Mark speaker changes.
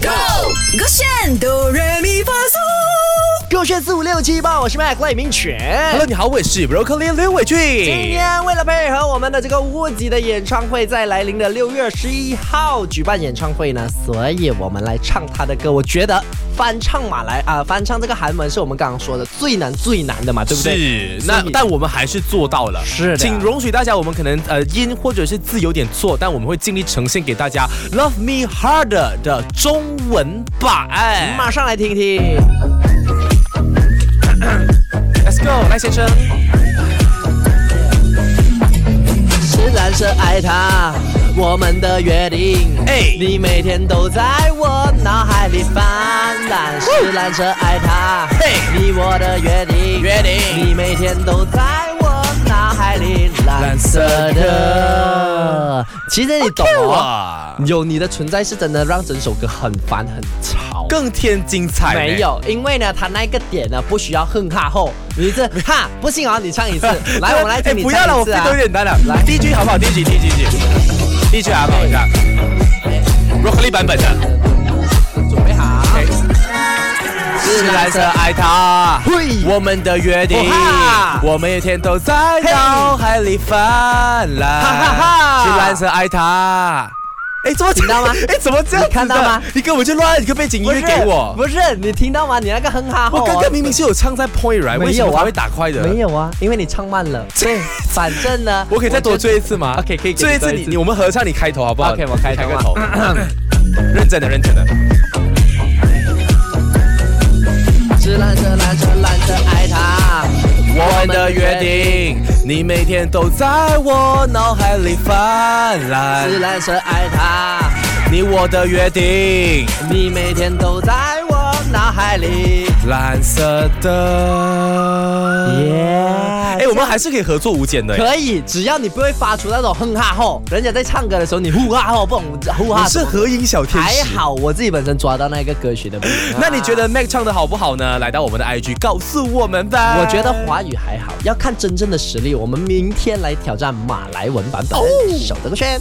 Speaker 1: Go，
Speaker 2: 勾选哆来咪发嗦。
Speaker 1: 勾选四五六七八，我是麦克赖明全。
Speaker 3: Hello，你好，我是 Broccoli 刘伟
Speaker 1: 哎今
Speaker 3: 俊。
Speaker 1: 天为了配合我们的这个卧底的演唱会，在来临的六月十一号举办演唱会呢，所以我们来唱他的歌。我觉得翻唱马来啊、翻唱这个韩文是我们刚刚说的最难最难的嘛，对不对？
Speaker 3: 是，
Speaker 1: 所
Speaker 3: 那
Speaker 1: 以
Speaker 3: 但我们还是做到了。
Speaker 1: 是的
Speaker 3: 请容许大家，我们可能呃音或者是字有点错，但我们会尽力呈现给大家《Love Me Harder》的中文版。
Speaker 1: 马上来听听。
Speaker 3: Let's go，赖先生。
Speaker 1: 虽然深爱他，我们的约定，
Speaker 3: 哎
Speaker 1: 你每天都在我脑海里翻烂。虽然深爱他，
Speaker 3: 嘿
Speaker 1: 你我的约定，
Speaker 3: 哎约定
Speaker 1: 你每天都在我脑海里蓝色
Speaker 3: 蓝色
Speaker 1: 的
Speaker 3: 的。啊
Speaker 1: 其实你懂哦，
Speaker 3: 哇，
Speaker 1: 有你的存在是真的让整首歌很烦很吵。
Speaker 3: 更添精彩。
Speaker 1: 没。有，因为呢，他那个点呢不需要哼哈后，你这哈不信啊，你唱 一次，来，我们来
Speaker 3: 哎
Speaker 1: 听你
Speaker 3: 不
Speaker 1: 唱一
Speaker 3: 要了，我
Speaker 1: 次
Speaker 3: 变
Speaker 1: 啊
Speaker 3: 得有。点单了。
Speaker 1: 来
Speaker 3: 第一句好不好？第一句，第一句，第一句，第一句啊好不 好？一下，Broccoli 版本的。
Speaker 1: 准备好。
Speaker 3: 是蓝色爱他
Speaker 1: 嘿，
Speaker 3: 我们的约定
Speaker 1: 哦哈，
Speaker 3: 我每天都在脑海里泛滥。
Speaker 1: 哈哈哈
Speaker 3: 是蓝色爱他。哎，怎么你
Speaker 1: 知道吗
Speaker 3: 哎，怎么这样子的？
Speaker 1: 你看到吗
Speaker 3: 你根本就乱，你个背景音
Speaker 1: 不
Speaker 3: 乐
Speaker 1: 是
Speaker 3: 给我。
Speaker 1: 不是你听到吗？你那个哼哈吼啊，
Speaker 3: 我刚刚明明是有唱在 point right，为
Speaker 1: 没
Speaker 3: 什
Speaker 1: 有
Speaker 3: 么
Speaker 1: 啊，
Speaker 3: 他会打快的？
Speaker 1: 没，有啊，因为你唱慢了。对，反正呢，
Speaker 3: 我可以再多
Speaker 1: 觉得
Speaker 3: 追一次吗
Speaker 1: OK，可以给你
Speaker 3: 追一次
Speaker 1: 多一
Speaker 3: 你
Speaker 1: 次
Speaker 3: 你我们合唱你开头好不好
Speaker 1: OK，我开头啊
Speaker 3: 你个头，认真的认真的。
Speaker 1: 是蓝色，蓝色，蓝色爱他。
Speaker 3: 我们的约定，你每天都在我脑海里泛滥
Speaker 1: 是。蓝色爱他，
Speaker 3: 你我的约定，
Speaker 1: 你每天都在我脑海里。
Speaker 3: 蓝色的。
Speaker 1: Yeah
Speaker 3: 哎，我们还是可以合作无间的。
Speaker 1: 可以，只要你不会发出那种哼哈吼，人家在唱歌的时候你呼哈吼，不懂呼哈
Speaker 3: 你是
Speaker 1: 什么
Speaker 3: 合音小天
Speaker 1: 还
Speaker 3: 使。。
Speaker 1: 好我自己本身抓到那个歌曲的。
Speaker 3: 那你觉得 Mac 唱的好不好呢？来到我们的 IG 告诉我们吧。
Speaker 1: 我觉得华语还好，要看真正的实力。我们明天来挑战马来文版本，守这个圈。